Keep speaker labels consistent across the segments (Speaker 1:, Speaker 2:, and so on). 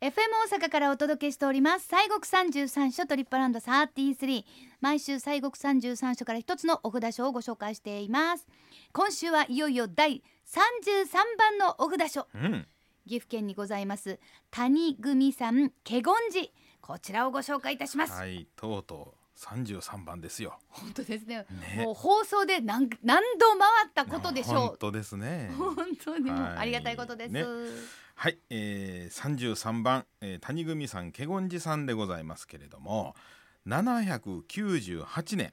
Speaker 1: FM 大阪からお届けしております西国三十三所トリップアラウンド33毎週西国三十三所から一つのお札書をご紹介しています今週はいよいよ第33番のお札書
Speaker 2: うん、
Speaker 1: 岐阜県にございます谷組さん華厳寺こちらをご紹介いたします、
Speaker 2: はい、とうとう三十三番ですよ。
Speaker 1: 本当ですね
Speaker 2: ね
Speaker 1: もう放送で何何度回ったことでしょ
Speaker 2: 本当ですね
Speaker 1: う。本当にもう
Speaker 2: はい
Speaker 1: ありがたいことです、
Speaker 2: ねはい、えー、33番、えー谷組さん華厳寺さんでございますけれども798年、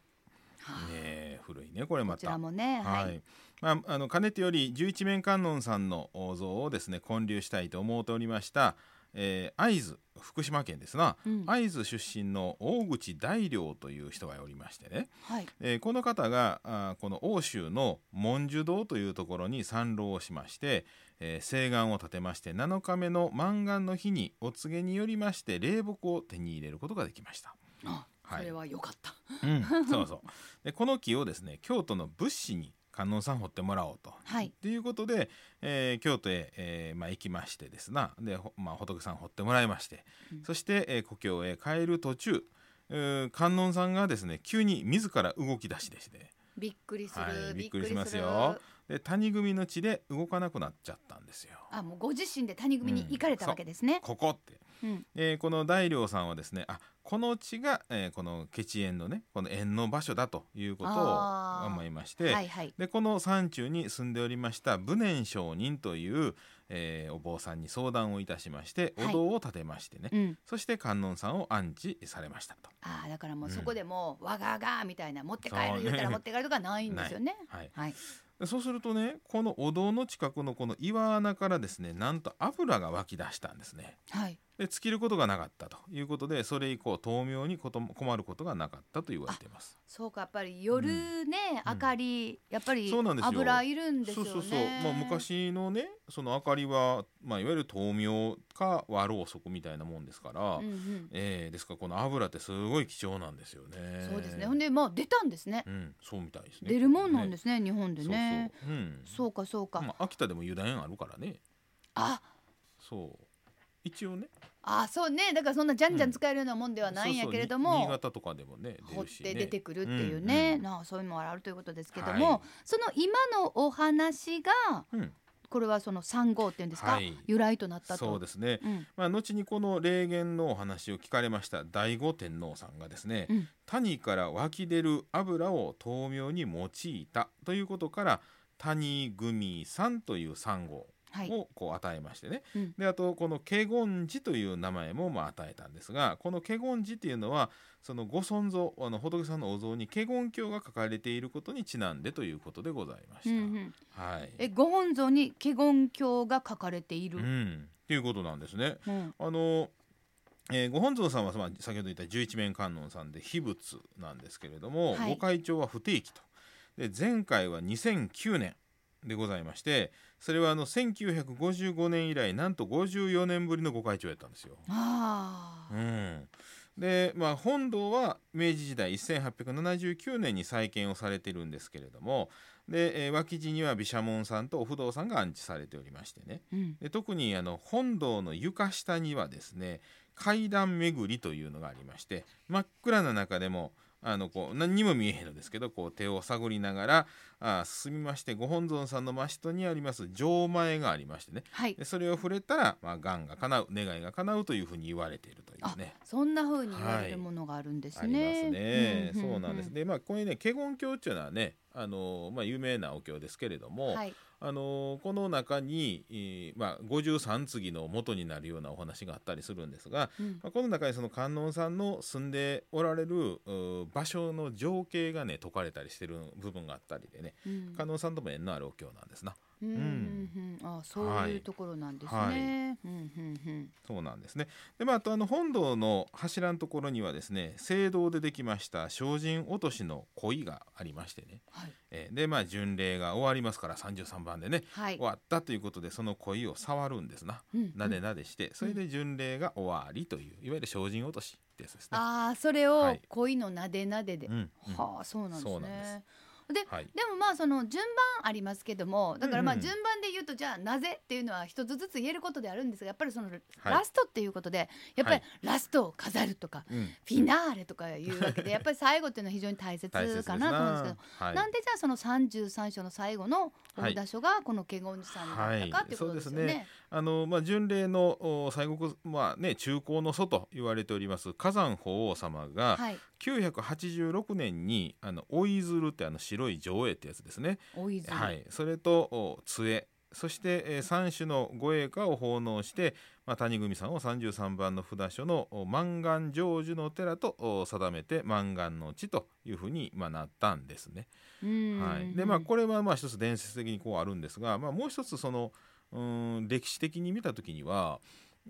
Speaker 2: えー古いねこれ
Speaker 1: こ
Speaker 2: ま
Speaker 1: ち
Speaker 2: た
Speaker 1: ら。もねはい、
Speaker 2: はいまあ、あのかねてより十一面観音さんのお像をですね建立したいと思うておりました、えー会津福島県ですな、
Speaker 1: うん
Speaker 2: 会津出身の大口大良という人がおりましてね、
Speaker 1: はい
Speaker 2: えーこの方があーこの奥州の文殊堂というところに参籠をしまして、えー誓願を立てまして7日目の満願の日にお告げによりまして霊木を手に入れることができました。
Speaker 1: あ
Speaker 2: はい
Speaker 1: それは良かった
Speaker 2: うん、そうそうでこの木をですね京都の仏師に観音さん掘ってもらおうと。
Speaker 1: はい
Speaker 2: ということで、えー京都へ、えーまあ、行きましてですなで、ほまあ、仏さん掘ってもらいまして、
Speaker 1: うん
Speaker 2: そして、えー故郷へ帰る途中うー観音さんがですね急に自ら動き出しでして。
Speaker 1: びっくりする、
Speaker 2: はい、びっく
Speaker 1: る
Speaker 2: りしますよ。で谷組の地で動かなくなっちゃったんですよ。
Speaker 1: あもうご自身で谷組に行かれたわけですね、
Speaker 2: ここって、
Speaker 1: うん
Speaker 2: えーこの大良さんはですねあこの地が、えーこのケ園のねこの縁の場所だということ
Speaker 1: あー
Speaker 2: を思いまして、
Speaker 1: はいはい
Speaker 2: でこの山中に住んでおりました無念上人という、えーお坊さんに相談をいたしまして
Speaker 1: はい
Speaker 2: お堂を建てましてね、
Speaker 1: うん
Speaker 2: そして観音さんを安置されましたと。
Speaker 1: あーだからもう
Speaker 2: うん
Speaker 1: そこでもう、わががみたいな持って帰
Speaker 2: そう
Speaker 1: る
Speaker 2: ね
Speaker 1: 言ったら持って帰るとかないんですよね
Speaker 2: はい、
Speaker 1: はい
Speaker 2: でそうするとねこのお堂の近くのこの岩穴からですねなんと油が湧き出したんですね。
Speaker 1: はい
Speaker 2: で尽きることがなかったということでそれ以降豆苗にことも困ることがなかったと言われています。
Speaker 1: そうかやっぱり夜ね、
Speaker 2: うん
Speaker 1: 明かりやっぱり
Speaker 2: そうなんですよ
Speaker 1: 油いるんです
Speaker 2: そ
Speaker 1: よ
Speaker 2: う
Speaker 1: ね
Speaker 2: そうそう、まあ、昔のねその明かりは、まあ、いわゆる豆苗か和ろうそくみたいなもんですから、
Speaker 1: うんうん
Speaker 2: えーですからこの油ってすごい貴重なんですよね。
Speaker 1: そうですねほんでまあ出たんですね
Speaker 2: うん、そうみたいですね。
Speaker 1: 出るもんなんですすね日本でね
Speaker 2: そうそう、うん、
Speaker 1: そうかそうか、
Speaker 2: まあ、秋田でも油田あるからね。
Speaker 1: あ
Speaker 2: そう一応ね。
Speaker 1: あそうねだからそんなじゃんじゃん使えるようなもんではないんやけれども、
Speaker 2: そうそうに新潟とかでもね出
Speaker 1: 掘っ
Speaker 2: るしね
Speaker 1: て出てくるっていうね、
Speaker 2: うんうん
Speaker 1: なあそういうのもあるということですけども、
Speaker 2: はい
Speaker 1: その今のお話が
Speaker 2: うん
Speaker 1: これはその3号っていうんですか、
Speaker 2: はい
Speaker 1: 由来となったと
Speaker 2: そうですね、
Speaker 1: うん
Speaker 2: まあ、後にこの霊言のお話を聞かれました醍醐天皇さんがですね、
Speaker 1: うん
Speaker 2: 谷から湧き出る油を豆苗に用いたということから谷組さんという産号
Speaker 1: はい、
Speaker 2: をこう与えましてね、
Speaker 1: うん
Speaker 2: であとこの華厳寺という名前もまあ与えたんですがこの華厳寺っていうのはそのご尊像あの仏さんのお像に華厳経が書かれていることにちなんでということでございま
Speaker 1: う
Speaker 2: した。
Speaker 1: んうん、
Speaker 2: はい
Speaker 1: えご本尊に華厳経が書かれている、
Speaker 2: う
Speaker 1: うん
Speaker 2: ん、っていうことなんですね。あの、えーご本尊さんは、まあ、先ほど言った十一面観音さんで秘仏なんですけれども、
Speaker 1: はい
Speaker 2: ご会長は不定期とで前回は2009年でございましてそれはあの1955年以来なんと54年ぶりのご会長やったんですよ。
Speaker 1: ああ、
Speaker 2: うんでまあ、本堂は明治時代1879年に再建をされてるんですけれどもで、えー脇地には毘沙門さんとお不動さんが安置されておりましてね
Speaker 1: うん、
Speaker 2: で特にあの本堂の床下にはですね階段巡りというのがありまして真っ暗な中でもあのこう何にも見えへんのですけどこう手を探りながらあー進みましてご本尊さんの真下にあります錠前がありましてね
Speaker 1: はい
Speaker 2: でそれを触れたら、まあ、願が叶う願いが叶うというふうに言われているというね。
Speaker 1: そんな風に言われるものがあるんです
Speaker 2: あります
Speaker 1: ね
Speaker 2: ね。。そうなんです。
Speaker 1: ね。
Speaker 2: で、まあ、これね、華厳経っていうのはね、あのまあ、有名なお経ですけれども。
Speaker 1: はい、
Speaker 2: あのーこの中に、えーまあ、53次の元になるようなお話があったりするんですが、
Speaker 1: うん
Speaker 2: まあ、この中にその観音さんの住んでおられるうー場所の情景がね解かれたりしてる部分があったりでね
Speaker 1: うん
Speaker 2: 観音さんとも縁のあるお経なんですな
Speaker 1: うんうんうん、あそういうところなんですね。
Speaker 2: はい
Speaker 1: うんうんうん、
Speaker 2: そうなんですねで、まあ、あとあの本堂の柱のところにはですね聖堂でできました精進落としの鯉がありましてね、
Speaker 1: はい、
Speaker 2: えーでまあ巡礼が終わりますから33番でね
Speaker 1: はい
Speaker 2: 終、わったということでその鯉を触るんですな。
Speaker 1: うんうん
Speaker 2: なでなでして、それで巡礼が終わりといういわゆる精進落としってやつですね。
Speaker 1: ああそれ
Speaker 2: は
Speaker 1: を
Speaker 2: い
Speaker 1: 恋のなでなでで、
Speaker 2: うんうん
Speaker 1: はあそうなんですね
Speaker 2: そうなんです
Speaker 1: で
Speaker 2: はい
Speaker 1: でもまあその順番ありますけどもだからまあ
Speaker 2: うんうん
Speaker 1: 順番で言うとじゃあなぜっていうのは一つずつ言えることであるんですがやっぱりそのラストっていうことでやっぱりラストを飾るとか
Speaker 2: うん
Speaker 1: フィナーレとかいうわけ でやっぱり最後っていうのは非常に大切
Speaker 2: 大切です
Speaker 1: かなと思うんですけど。
Speaker 2: はい
Speaker 1: なんでじゃあその33章の最後の大田書がこのケゴンジさんだったかっていうことですよね。
Speaker 2: はいそうあのまあ、巡礼のお西国、まあね、中高の祖と言われております火山法王様が
Speaker 1: はい、
Speaker 2: 986年にあの追い鶴ってあの白い上映ってやつですね、
Speaker 1: 大泉、
Speaker 2: はい、それとお杖そして、え3種の護衛歌を奉納して、まあ、谷組さんを33番の札所のお満願成就の寺とお定めて満願の地というふうに、まあ、なったんですね。
Speaker 1: うん
Speaker 2: はい、でまあこれはまあ一つ伝説的にこうあるんですが、まあ、もう一つそのうーん歴史的に見た時には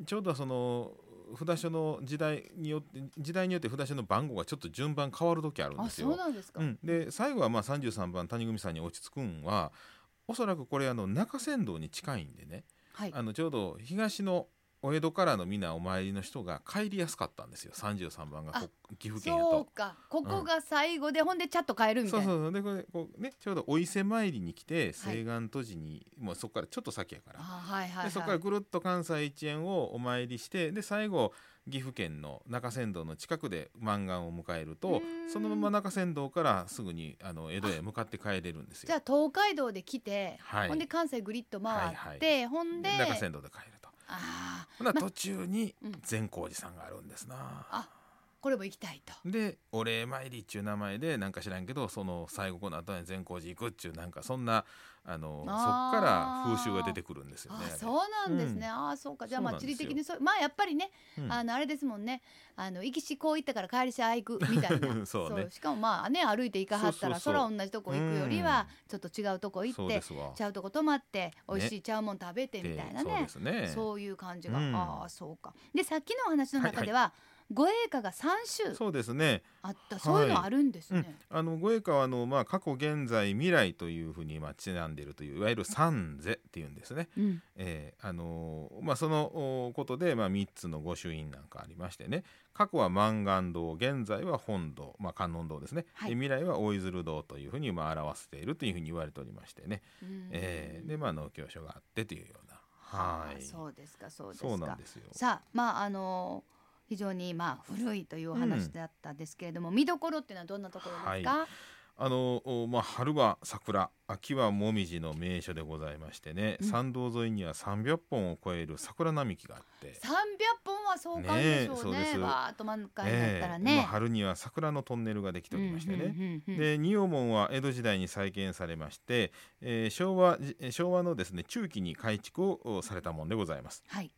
Speaker 2: ちょうどその札所の時代によって時代によって札所の番号がちょっと順番変わる時あるん
Speaker 1: あ
Speaker 2: です
Speaker 1: そう
Speaker 2: よ。
Speaker 1: なんですか。
Speaker 2: うん、で最後はまあ33番谷組さんに落ち着くんはおそらくこれあの中山道に近いんでね
Speaker 1: はい。
Speaker 2: あのちょうど東のお江戸からの皆お参りの人が帰りやすかったんですよ33番がこ岐阜県やと。
Speaker 1: そうかここが最後で、ほんでチャッと変えるみた
Speaker 2: そ
Speaker 1: いうな。
Speaker 2: そうそうでこれこうねちょうどお伊勢参りに来て
Speaker 1: はい
Speaker 2: 西岸都市に、もうそこからちょっと先やから、
Speaker 1: あはいはい、はい、
Speaker 2: でそこからぐるっと関西一円をお参りしてで最後岐阜県の中山道の近くで満願を迎える
Speaker 1: う
Speaker 2: と
Speaker 1: ーん
Speaker 2: そのまま中山道からすぐにあの江戸へ向かって帰れるんです
Speaker 1: じゃ
Speaker 2: よ。
Speaker 1: あ東海道で来て、
Speaker 2: はい
Speaker 1: ほんで関西ぐりっと回って、
Speaker 2: はい
Speaker 1: ほんで
Speaker 2: 中山道で帰ると。
Speaker 1: あー
Speaker 2: ほな途中に
Speaker 1: うん
Speaker 2: 善光寺さんがあるんですな。
Speaker 1: あこれも行きたいと。
Speaker 2: で「お礼参り」っちゅう名前でなんか知らんけどその西国の後に善光寺行くっちゅうなんかそんなあの
Speaker 1: あー
Speaker 2: そっから風習が出てくるんですよね
Speaker 1: あ。
Speaker 2: あ
Speaker 1: そうなんですね。
Speaker 2: う
Speaker 1: あそうかじゃあまあ
Speaker 2: そう
Speaker 1: 地
Speaker 2: なんで
Speaker 1: 理
Speaker 2: すよ
Speaker 1: 的にそうまあやっぱりね、
Speaker 2: れうん
Speaker 1: あのあれですもんねあの行きしこう行ったから帰りしああ行くみたいな
Speaker 2: そうね
Speaker 1: しかもまあね歩いて行かはったら
Speaker 2: そうそうそう
Speaker 1: 空同じとこ行くよりはちょっと違うとこ行
Speaker 2: そ
Speaker 1: っ
Speaker 2: う
Speaker 1: て
Speaker 2: ですわ
Speaker 1: ちゃうとこ泊まって美味しいちゃうもん食べてみたいな
Speaker 2: でそう
Speaker 1: ね
Speaker 2: ですね
Speaker 1: そういう感じが、
Speaker 2: うん
Speaker 1: ああそうかでさっきのお話の中では、護衛歌が3種
Speaker 2: そうですね、
Speaker 1: あった
Speaker 2: はい
Speaker 1: そういうのあるんです
Speaker 2: う
Speaker 1: ね、
Speaker 2: ん、あの五栄華はあの、まあ、過去現在未来というふうにまあちなんでいるといういわゆる三世っていうんですね、
Speaker 1: うん
Speaker 2: えーあのーまあ、そのおことで、まあ、3つの御朱印なんかありましてね過去は満願堂現在は本堂、まあ、観音堂ですね、
Speaker 1: はい
Speaker 2: で未来は大鶴堂というふうに、まあ、表しているというふうに言われておりましてね、
Speaker 1: うん
Speaker 2: えーでまあ農協所があってというような
Speaker 1: あ
Speaker 2: は
Speaker 1: あ
Speaker 2: い
Speaker 1: そうですかそうです
Speaker 2: そうな
Speaker 1: か
Speaker 2: んですよ。
Speaker 1: さあまああのー非常にまあ古いというお話だったんですけれども、見どころっていうのはどんなところですか、
Speaker 2: あのおまあ、春は桜秋は紅葉の名所でございましてね、
Speaker 1: うん
Speaker 2: 参道沿いには300本を超える桜並木があって。
Speaker 1: 300本は壮観でしょう
Speaker 2: ねえそう
Speaker 1: ね
Speaker 2: です
Speaker 1: わーっと満開だったら
Speaker 2: ええま
Speaker 1: ね
Speaker 2: あ、、春には桜のトンネルができておりましてね、
Speaker 1: ね
Speaker 2: で仁王門は江戸時代に再建されまして、えー昭和じえー昭和のですね中期に改築をおされたもんでございます。
Speaker 1: はい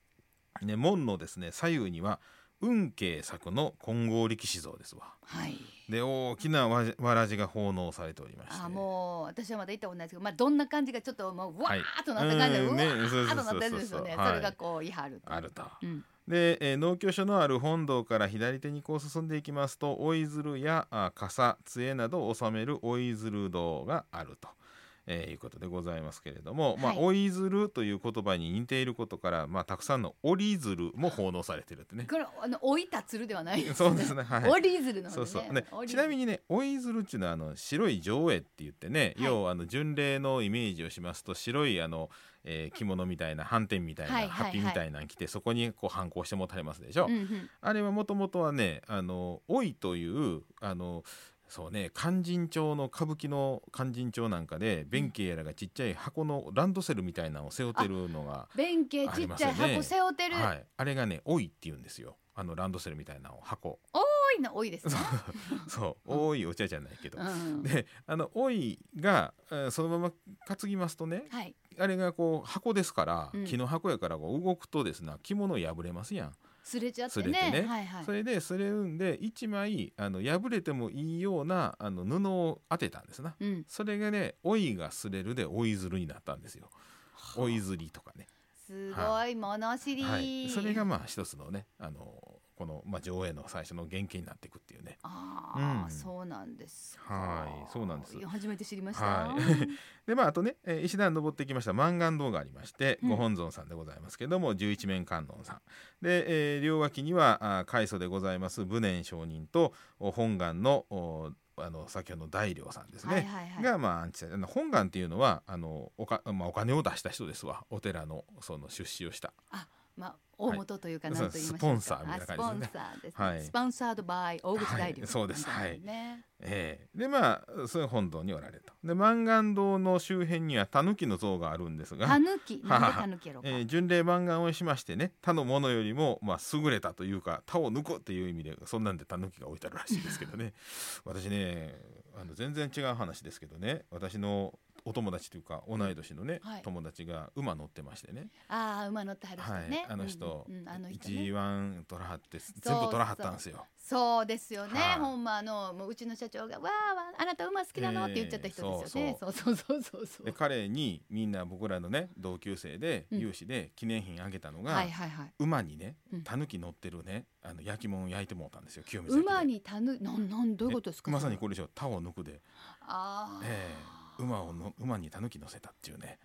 Speaker 2: ね、門のですね左右には運慶作の金剛力士像ですわ。
Speaker 1: はい
Speaker 2: で大きなわじわらじが奉納されておりまして。
Speaker 1: あもう私はまだ行ったことないですけど、まあ、どんな感じがちょっともうわ
Speaker 2: はい
Speaker 1: ーっとなった感じで、
Speaker 2: うんね
Speaker 1: うわ
Speaker 2: そう
Speaker 1: ーっ
Speaker 2: そうそうそ
Speaker 1: と
Speaker 2: う
Speaker 1: なったやつですよね、
Speaker 2: はい
Speaker 1: それがこう言い張ると
Speaker 2: あると。
Speaker 1: うん、
Speaker 2: で、えー農協所のある本堂から左手にこう進んでいきますと追鶴やあ傘杖などを収める追鶴堂があると。えーいうことでございますけれども、まあ
Speaker 1: はい
Speaker 2: 追鶴という言葉に似ていることから、まあたくさんの折鶴も奉納されてる ってね。
Speaker 1: これあの老いた鶴ではないです
Speaker 2: そうですね。はい。
Speaker 1: 折り鶴の方
Speaker 2: そう
Speaker 1: です
Speaker 2: そう
Speaker 1: ね。
Speaker 2: ね、ちなみ
Speaker 1: に
Speaker 2: にね追鶴っていうのはあの白い上絵って言ってね、
Speaker 1: はい
Speaker 2: 要はあの巡礼のイメージをしますと白いあの、えー着物みたいな斑点みたいな、
Speaker 1: はいはいはい
Speaker 2: ハッピーみたいなの着てそこにこう反抗して持たれますでしょ。
Speaker 1: うんうん、
Speaker 2: あれはもともとはね「あの老い」というあのそうね勧進帳の歌舞伎の勧進帳なんかで弁慶やらがちっちゃい箱のランドセルみたいなのを背負ってるのが
Speaker 1: 弁慶
Speaker 2: あ
Speaker 1: ち
Speaker 2: り
Speaker 1: っ
Speaker 2: ま
Speaker 1: ち
Speaker 2: す
Speaker 1: ゃ
Speaker 2: よ
Speaker 1: い
Speaker 2: ね
Speaker 1: 箱背負ってる、
Speaker 2: はい、あれがね「老い」って言うんですよあのランドセルみたいなのを箱
Speaker 1: 多いの多いですね。
Speaker 2: そう「多いお茶」じゃないけど。
Speaker 1: うん
Speaker 2: であの「老いが」えーそのまま担ぎますとね
Speaker 1: はい、
Speaker 2: あれがこう箱ですから、
Speaker 1: うん
Speaker 2: 木の箱やからこう動くとですね着物破れますやん。
Speaker 1: すれちゃってね。
Speaker 2: すれてね
Speaker 1: はいはい
Speaker 2: そ。れでそれんで1枚あの破れてもいいようなあの布を当てたんですな
Speaker 1: うん、
Speaker 2: それがね「老いがすれる」で「老いずる」になったんですよ。老いずりとかね、
Speaker 1: すごい物知り、
Speaker 2: はい、それがまあ一つのねあのこの、まあ、上映の最初の原型になっていくっていうね。
Speaker 1: ああ、
Speaker 2: うん
Speaker 1: そうなんですか。
Speaker 2: はいそうなんです
Speaker 1: いや初めて知りました。
Speaker 2: はい でまああとね、えー石段登ってきました満願堂がありまして、
Speaker 1: うん
Speaker 2: ご本尊さんでございますけども十一面観音さんで、えー両脇にはあー開祖でございます無念上人とお本願のおあの先ほどの大良さんですね、
Speaker 1: はいはいはい。
Speaker 2: が、まあ、アンチサイあの本願っていうのはあのおか、まあ、お金を出した人ですわお寺のその出資をした
Speaker 1: まあ大元というか
Speaker 2: はい
Speaker 1: なんと言いましょうか。
Speaker 2: そうスポンサーみたいな感じ
Speaker 1: あ
Speaker 2: で
Speaker 1: スポンサーです
Speaker 2: は
Speaker 1: ね。
Speaker 2: い
Speaker 1: スポンサードバイ大口大
Speaker 2: は
Speaker 1: 流。
Speaker 2: いそうです
Speaker 1: ね。
Speaker 2: ええでまあそれ本堂におられたで万願堂の周辺には狸の像があるんです
Speaker 1: た
Speaker 2: が、
Speaker 1: ぬ きなんでたぬきやろうか。
Speaker 2: えー巡礼万願をしましてね他のものよりも、まあ、優れたというか他を抜くっていう意味でそんなんで狸が置いてあるらしいんですけ どね私ねあの全然違う話ですけどね私のお友達というか同い年のね、
Speaker 1: はい
Speaker 2: 友達が馬乗ってましてね、
Speaker 1: ああ馬乗ってはる人
Speaker 2: はい
Speaker 1: ね。
Speaker 2: あの人,、
Speaker 1: うんうんうんあの人ね
Speaker 2: G1 取らはって全部取らはったんですよ。
Speaker 1: そうですよね、
Speaker 2: はい
Speaker 1: ほんまあのもううちの社長が「わあわああなた馬好きなの?」って言っちゃった人ですよね、
Speaker 2: ええ
Speaker 1: そうそうそうそうそう
Speaker 2: で彼にみんな僕らのね同級生で
Speaker 1: うん
Speaker 2: 有志で記念品あげたのが、
Speaker 1: はいはいはい
Speaker 2: 馬にね
Speaker 1: うん
Speaker 2: タヌキ乗ってるねあの焼き物を焼いてもうたんですよ清水
Speaker 1: 馬にたぬなんなんどういうことですか
Speaker 2: まさにこれでしょタを抜くで、
Speaker 1: ああ、
Speaker 2: ええ馬をの馬にタヌキ乗せたっていうね、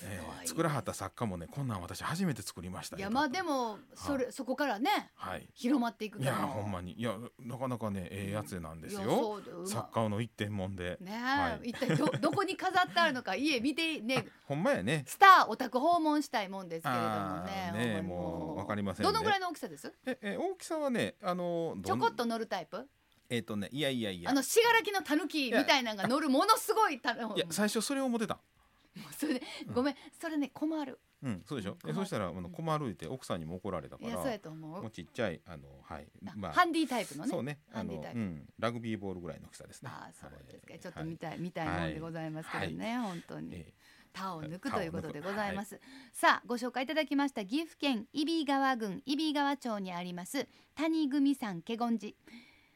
Speaker 1: すごい
Speaker 2: ええ作らはった作家もねこんなん私初めて作りました
Speaker 1: いやまあで
Speaker 2: も
Speaker 1: もそれ、そこからね
Speaker 2: はい
Speaker 1: 広まっていく
Speaker 2: い
Speaker 1: か
Speaker 2: や
Speaker 1: ら
Speaker 2: ほんまにいやなかなかねええやつなんです
Speaker 1: いやそ
Speaker 2: よ
Speaker 1: うだ馬
Speaker 2: 作家の一点もんで、
Speaker 1: ねえ、
Speaker 2: はい
Speaker 1: 一体どどこに飾ってあるのか家見てね
Speaker 2: ほんまやね
Speaker 1: スターお宅訪問したいもんですけれどもね
Speaker 2: あーねえ
Speaker 1: ほんまに
Speaker 2: もうわかりませんね
Speaker 1: どのぐらいの大きさです
Speaker 2: ええ大きさはねあのど
Speaker 1: ちょ
Speaker 2: ん
Speaker 1: こっと乗るタイプ
Speaker 2: えっ、とねいやいやいや
Speaker 1: あの信楽のたぬきみたいなのが乗るものすごいたの
Speaker 2: いや最初それを思ってた
Speaker 1: それで
Speaker 2: うん
Speaker 1: ごめんそれね困る
Speaker 2: うん、そうでしょ。
Speaker 1: う
Speaker 2: え
Speaker 1: ん
Speaker 2: そうしたらあ
Speaker 1: う
Speaker 2: の
Speaker 1: ん
Speaker 2: 困るって奥さんにも怒られたか
Speaker 1: い
Speaker 2: ら、
Speaker 1: やそうや
Speaker 2: も
Speaker 1: と思
Speaker 2: う
Speaker 1: う
Speaker 2: ちっちゃいあのはい、
Speaker 1: あハンディタイプのね
Speaker 2: そうね、
Speaker 1: ハ
Speaker 2: あ
Speaker 1: ンディ
Speaker 2: の
Speaker 1: タイ
Speaker 2: う
Speaker 1: プ
Speaker 2: んラグビーボールぐらいの大きさですね。
Speaker 1: ああそうですか
Speaker 2: はい
Speaker 1: ちょっと見たい見たいもんでございますけどね本当
Speaker 2: はい
Speaker 1: に
Speaker 2: え
Speaker 1: 他を抜
Speaker 2: は
Speaker 1: く
Speaker 2: い
Speaker 1: ということでございます、さあご紹介いただきました岐阜県揖斐川郡揖斐川町にあります谷組山華厳寺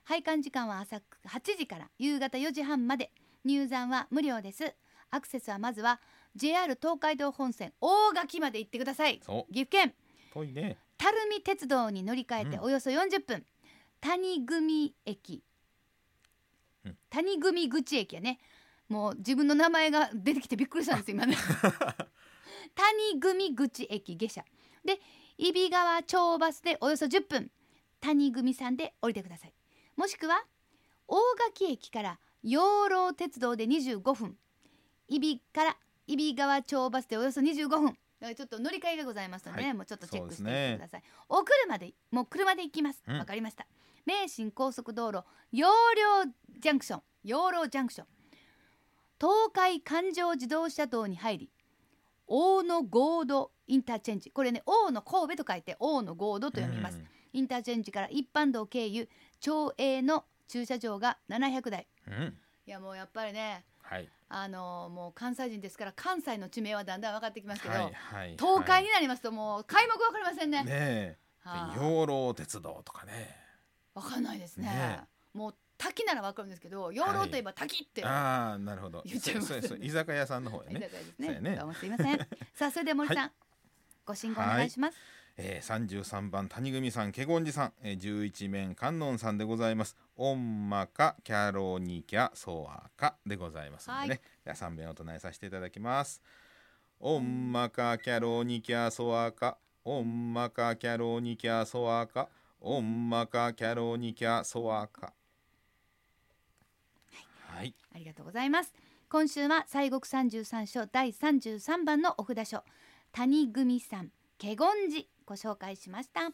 Speaker 1: 拝観時間は朝8時から夕方4時半まで入山は無料ですアクセスはまずは JR 東海道本線大垣まで行ってください
Speaker 2: ーそう
Speaker 1: 岐阜県
Speaker 2: 遠いね。
Speaker 1: 垂水鉄道に乗り換えて
Speaker 2: うん
Speaker 1: およそ40分、谷組駅、
Speaker 2: うん
Speaker 1: 谷組口駅やねもう自分の名前が出てきてびっくりしたんです 今ね谷組口駅下車で揖斐川町バスでおよそ10分谷組さんで降りてくださいもしくは大垣駅から養老鉄道で25分揖斐から揖斐川町バスでおよそ25分だからちょっと乗り換えがございますので、ね
Speaker 2: はい
Speaker 1: もうちょっとチェックして
Speaker 2: そう
Speaker 1: み
Speaker 2: ですね
Speaker 1: てください、お車でもう車で行きます
Speaker 2: うん
Speaker 1: わ、かりました名神高速道路養老ジャンクション養老ジャンクション東海環状自動車道に入り大野合同インターチェンジこれね大野神戸と書いて大野合同と読みます、
Speaker 2: うん
Speaker 1: インターチェンジから一般道経由町営の駐車場が700台
Speaker 2: うん
Speaker 1: いやもうやっぱりね
Speaker 2: はい
Speaker 1: あのもう関西人ですから関西の地名はだんだん分かってきますけど、
Speaker 2: はいはい。
Speaker 1: 東海に
Speaker 2: は
Speaker 1: なりますともう開幕分かりませんね
Speaker 2: いねえ、
Speaker 1: はい
Speaker 2: 養老鉄道とかね。
Speaker 1: わかんないですね
Speaker 2: ね
Speaker 1: もう滝ならわかるんですけど養老といえば滝って、
Speaker 2: ああなるほど。
Speaker 1: 言っちゃいます
Speaker 2: そ
Speaker 1: ね
Speaker 2: うそうそう居酒屋さんの方や
Speaker 1: 居酒
Speaker 2: ね
Speaker 1: 屋。です
Speaker 2: そう
Speaker 1: ね
Speaker 2: やね
Speaker 1: どうもすいません さあそれでは森さん、ご信号お願いします
Speaker 2: えー、33番谷組さん、華厳寺さん、えー、11面観音さんでございます。オンマカキャロニキャソアカでございますのでね。
Speaker 1: はい
Speaker 2: では3遍お唱えさせていただきます。オンマカキャロニキャソアカオンマカキャロニキャソアカオンマカキャロニキャソアカはい、
Speaker 1: ありがとうございます今週は西国三十三所第三十三番のお札書谷組さん華厳寺ご紹介しました